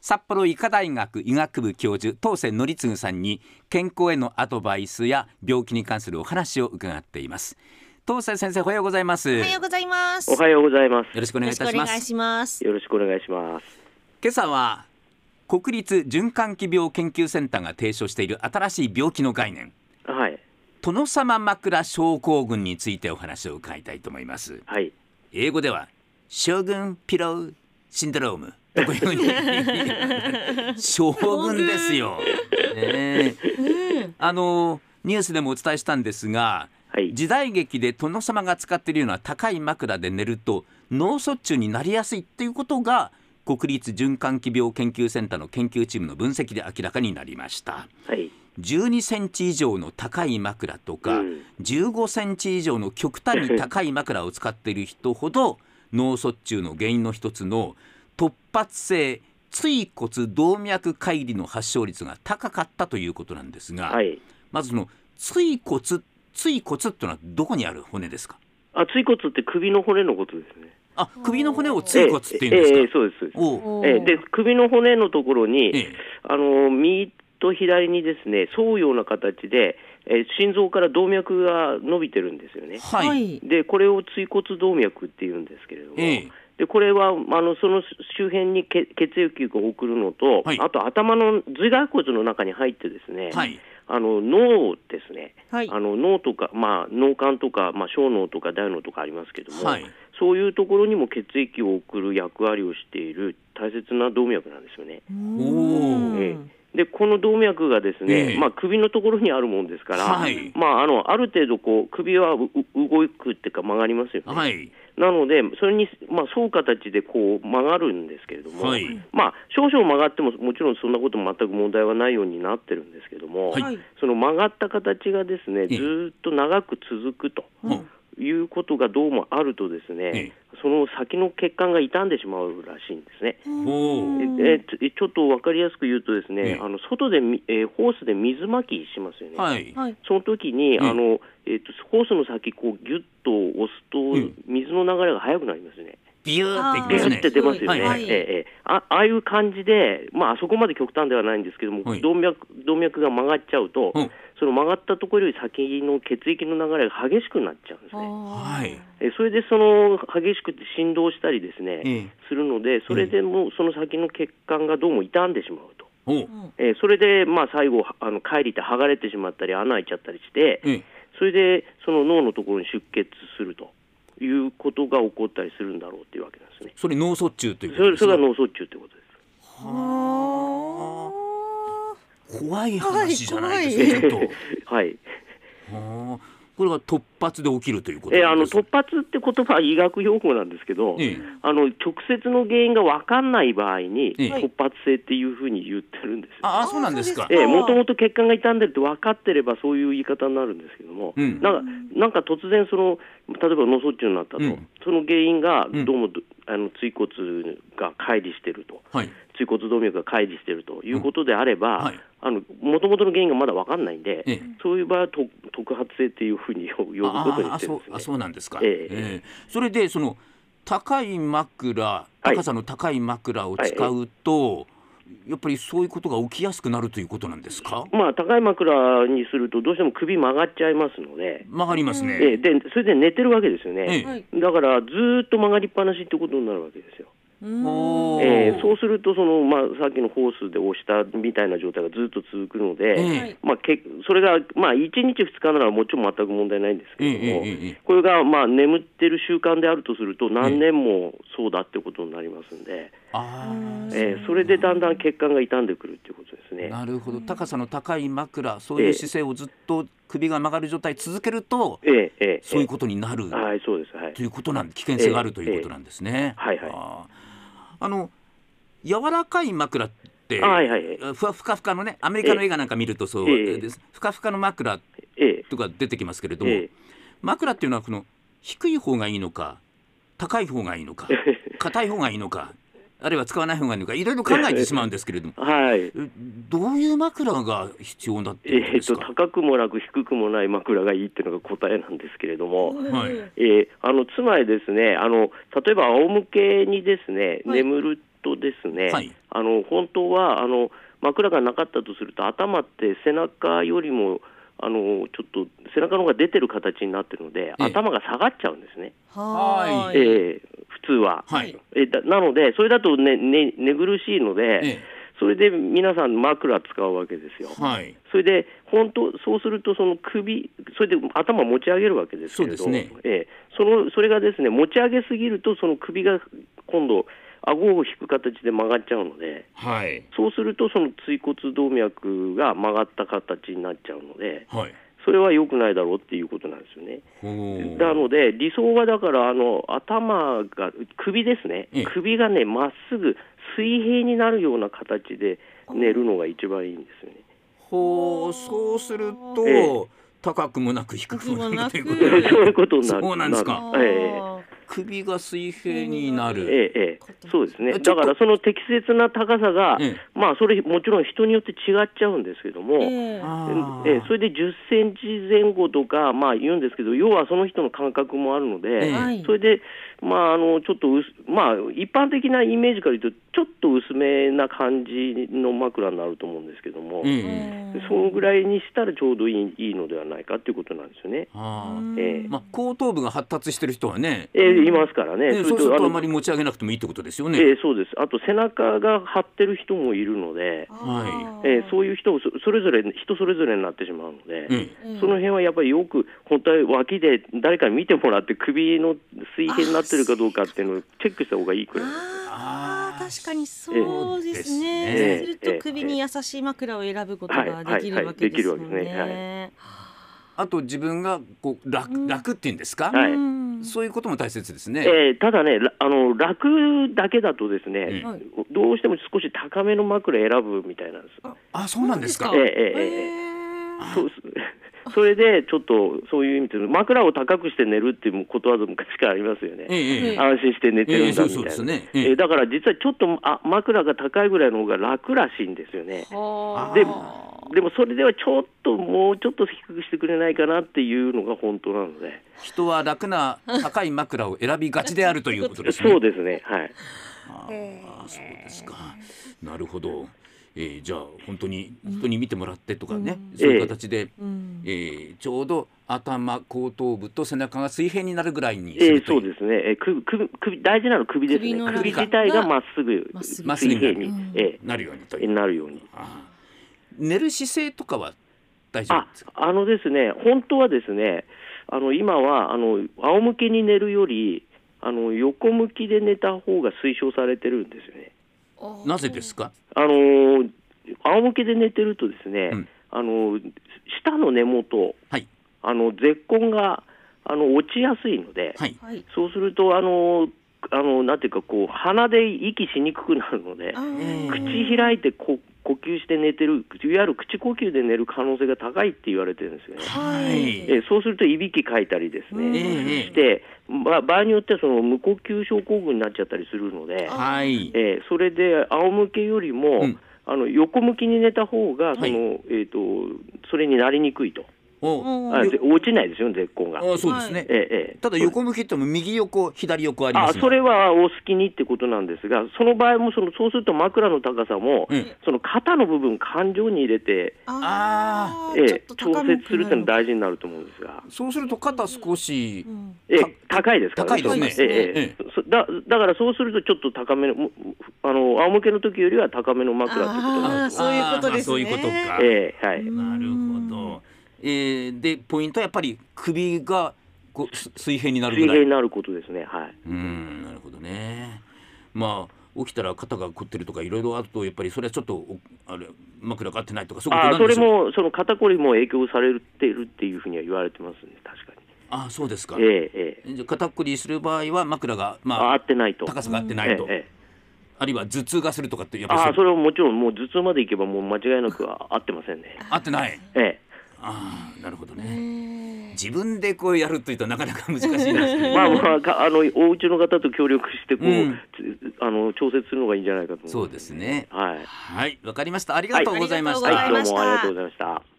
札幌医科大学医学部教授当世則次さんに健康へのアドバイスや病気に関するお話を伺っています当世先生おはようございますおはようよございます。おはようございます。ろしくお願いいたしよろまくお願いすします。よろしくお願いします。今朝は国立循環器病研究センターが提唱している新しい病気の概念はい、殿様枕症候群についてお話を伺いたいと思いますはい、英語では将軍ピローシンドロームこういうふうに将軍ですよ、ねえあのニュースでもお伝えしたんですがはい、時代劇で殿様が使っているような高い枕で寝ると脳卒中になりやすいっていうことが国立循環器病研究センターの研究チームの分析で明らかになりましたはい、 12センチ以上の高い枕とか、うん15センチ以上の極端に高い枕を使っている人ほ ど脳卒中の原因の一つの突発性椎骨動脈解離の発症率が高かったということなんですが、はい。まずその椎骨椎骨ってのはどこにある骨ですかあ、椎骨って首の骨のことですね。あ首の骨を椎椎骨っていうんですか、ええええそうですそうです。おうおええで、首の骨のところに、ええあの右と左にですね、沿うような形で、えー心臓から動脈が伸びてるんですよね。はい、はい。で、これを椎骨動脈って言うんですけれども、ええでこれはあのその周辺に血血液を送るのと、はいあと頭の頭蓋骨の中に入ってですね、はいあの脳ですね、はいあの脳とか、まあ、脳幹とか、まあ、小脳とか大脳とかありますけども、はいそういうところにも血液を送る役割をしている大切な動脈なんですよね。うんええでこの動脈がですね、ええまあ、首のところにあるもんですから、はいまあ、あのある程度こう首はうう動くっていうか曲がりますよね。はいなので、それに、まあ、沿う形でこう曲がるんですけれども、はいまあ、少々曲がっても、もちろんそんなこと全く問題はないようになってるんですけども、はいはいその曲がった形がですね、ええずーっと長く続くとうんいうことがどうもあるとですええね、その先の血管が傷んでしまうらしいんですね。おううんええちょちょっと分かりやすく言うとですええね、あの外でみ、えーホースで水まきしますよね。はいはい。その時に、えあのえっとホースの先こうギュッと押すと、ん水の流れが速くなりますね。ビューっていきビまュすーねって出ますよはいね。はいええええあああいう感じで、まああそこまで極端ではないんですけども、はい動脈動脈が曲がっちゃうと、うんその曲がったところより先の血液の流れが激しくなっちゃうんですね。はいえそれでその激しくて振動したりですね、ええするので、それでもうその先の血管がどうも傷んでしまうと。おうえそれで、まあ、最後あの、帰りって剥がれてしまったり、穴開いちゃったりして、ええそれでその脳のところに出血するということが起こったりするんだろうっていうわけなんですね。それ脳卒中というこそとれでそすれねが脳卒中ってことです。怖い話じゃないですか、ちょっと。 はい、はあこれが突発で起きるということえあなんのです突発って言葉は医学用語なんですけど、ええあの直接の原因が分かんない場合に、ええ突発性っていうふうに言ってるんですよ。ああそうなんですかあ。ええ、もともと血管が傷んでるって分かってればそういう言い方になるんですけども、うんなんかなんか突然その例えば脳卒中になったと、うんその原因がうんどうも、あの椎骨が乖離してるとはい椎骨動脈が乖離してるということであれうんばはい、あの元々の原因がまだ分かんないんで、ええそういう場合はと特発性っていうふうに呼ぶことにああしてるそんうですねあ。そうなんですか。えええそれでその高い枕い高さの高い枕を使うと、やっぱりそういうことが起きやすくなるということなんですか。まあ、高い枕にすると、どうしても首曲がっちゃいますので、曲がりますね。ええでそれで寝てるわけですよええね、はい。だからずーっと曲がりっぱなしってことになるわけですよ。うんおーええそうするとその、まあ、さっきのホースで押したみたいな状態がずっと続くので、ええはいまあ、けそれが、まあ、1日、2日ならもちろん全く問題ないんですけれども、ええええええこれが、まあ、眠ってる習慣であるとすると、何年もそうだってことになりますんで、あうんあええそれでだんだん血管が傷んでくるっていうことですね。なるほど高さの高い枕そういう姿勢をずっと首が曲がる状態続けると、ええええそういうことになる。はい、そうです。はいと。いうことなん危険性があるということなんですね。ええはいはあいーあの柔らかい枕って、はいはいはいふわふかふかのねアメリカの映画なんか見るとそうええです、ふかふかの枕えとか出てきますけれどえ、も、え枕っていうのはこの低い方がいいのか高い方がいいのか硬い方がいいのかあるいは使わない方がいいのかいろいろ考えてしまうんですけれどもえ、 はい。えどういう枕が必要だっていうことえでっすと、か、高くもなく低くもない枕がいいっていうのが答えなんですけれども、はいえーあのつまりですねあの、例えば仰向けにですね、はい眠るとですね、はいあの本当はあの枕がなかったとすると頭って背中よりもあのちょっと背中の方が出てる形になってるのえでえ頭が下がっちゃうんですね、はーはえい。え普通は。はいえだなのでそれだと、ねね、寝苦しいので、えそれで皆さん枕使うわけですよ。えはいそれで本当そうするとその首それで頭持ち上げるわけですけれどそうですねええ、そのそれがですね持ち上げすぎるとその首が今度顎を引く形で曲がっちゃうのではいそうするとその椎骨動脈が曲がった形になっちゃうのではいそれは良くないだろうっていうことなんですよね。ほうなので理想はだからあの頭が首ですねええ首がねまっすぐ水平になるような形で寝るのが一番いいんですよね。 ほうそうすると、ええ高くもなく低くもなくということ そうでいうことになる。そうなんですかるえ首が水平になえる、ええええそうですね。ちょだっとからその適切な高さが、ええまあそれもちろん人によって違っちゃうんですけども、えええあーえそれで10センチ前後とかまあ言うんですけど、要はその人の感覚もあるので、えはいそれでまああのちょっと薄まあ一般的なイメージから言うとちょっと薄めな感じの枕になると思うんですけども、ええそのぐらいにしたらちょうどいいいいのではないかっていうことなんですよね。あうんええーまあ後頭部が発達してる人はねええいますからね。ねれとそうするあとのあまり持ち上げなくてもいいってことですよね、ええそうです、あと背中が張ってる人もいるので、はええそうういう人もそそれぞれ、人それぞれになってしまうので、ええいその辺はやっぱりよく、本当は脇で誰かに見てもらって、首の水平になってるかどうかっていうのをチェックした方がいいくらいです。ああ確かにそうですね。ええそうすると首に優しい枕を選ぶことができるわけですもんね。あと自分がこう楽,、うん楽っていうんですか、はいうんそういうことも大切ですね、ええただね、らあの楽だけだとですね、はいどうしても少し高めの枕選ぶみたいなんです。あそうなんですかそうですかえええええそうそ それでちょっとそういう意味で枕を高くして寝るっていうことわざ昔からありますよね。ええええはい安心して寝てえるえんそだうみたいそうな。ですね、えええーだから実はちょっとあ枕が高いぐらいの方が楽らしいんですよね。はあであーでもそれではちょっともうちょっと低くしてくれないかなっていうのが本当なので、人は楽な高い枕を選びがちであるということですねそうですね、はい、ああそうですか。なるほど。えー、じゃあ本当に人に見てもらってとかね、うんそういう形で、うんえーちょうど頭後頭部と背中が水平になるぐらいにえするとーい。そううですね、えー首首首大事なのは首ですね首の、首中自体ががまっすぐまっすぐ水平にまっすぐになるえなるようにとーいう。なるように。あー寝る姿勢とかは大丈あ夫ですか。あのですね、本当はですね、あの今はあの仰向けに寝るよりあの横向きで寝た方が推奨されてるんですよね。なぜですか。あのー仰向けで寝てるとですね、うんあのー下の根元、はいあの絶根があの落ちやすいので、はい。はい。そうするとあのーあのーなんていうかこう鼻で息しにくくなるのであ、ー口開いてこ呼吸して寝てる、いわゆる口呼吸で寝る可能性が高いって言われてるんですよね。ははいい。えーそうするといびきかいたりですうんえね、えええして、ま、場合によってはその無呼吸症候群になっちゃったりするので、はい。えーそれで仰向けよりも、うんあの横向きに寝た方がその、はいえー、とそれになりにくいと、お、あうんぜ落ちないですよね、絶根が。あそうですね。ええええただ横向きっても右横左横ありまあすが。それはお好きにってことなんですが、その場合もそのそうすると枕の高さも、うんその肩の部分、感情に入れて、あーええちょっと調高め節するってのは大事になると思うんですが、そうすると肩少しう。んええた高いですから高いですねええええそだだからそうすると、ちょっと高めの、もあの仰向けの時よりは高めの枕ってことあなーんです。そういうことですねあーそういうことか。ええはいうんなるほど。えー、でポイントはやっぱり首がこうす水平になるぐ水ら平い。になることですね、はい、うん、なるほどね。まあ起きたら肩が凝ってるとかいろいろあるとやっぱりそれはちょっとおあれ枕が合ってないとかそういうことあなそんでれしょう。も、その肩こりも影響されているっていうふうには言われてますね、確かああそうですか。に。ええええじゃあ肩こりする場合は枕があ合まあってないと。高さが合ってなえいと、えええあるいは頭痛がするとかってやっぱりあそそれれはもちろん、もう頭痛までいけば、もう間違いなく は合ってませんね。合ってない。えああなるほどえね。え自分でこうやるというとなかなか難しいんですけえ、ど。 まあまあ、かあのお家の方と協力してこう、うんつあの調節するのがいいんじゃないかと思いますそうですねはい、はいわかりました。ありがとうございました。はいありがとうございましたはい、どうもありがとうございました。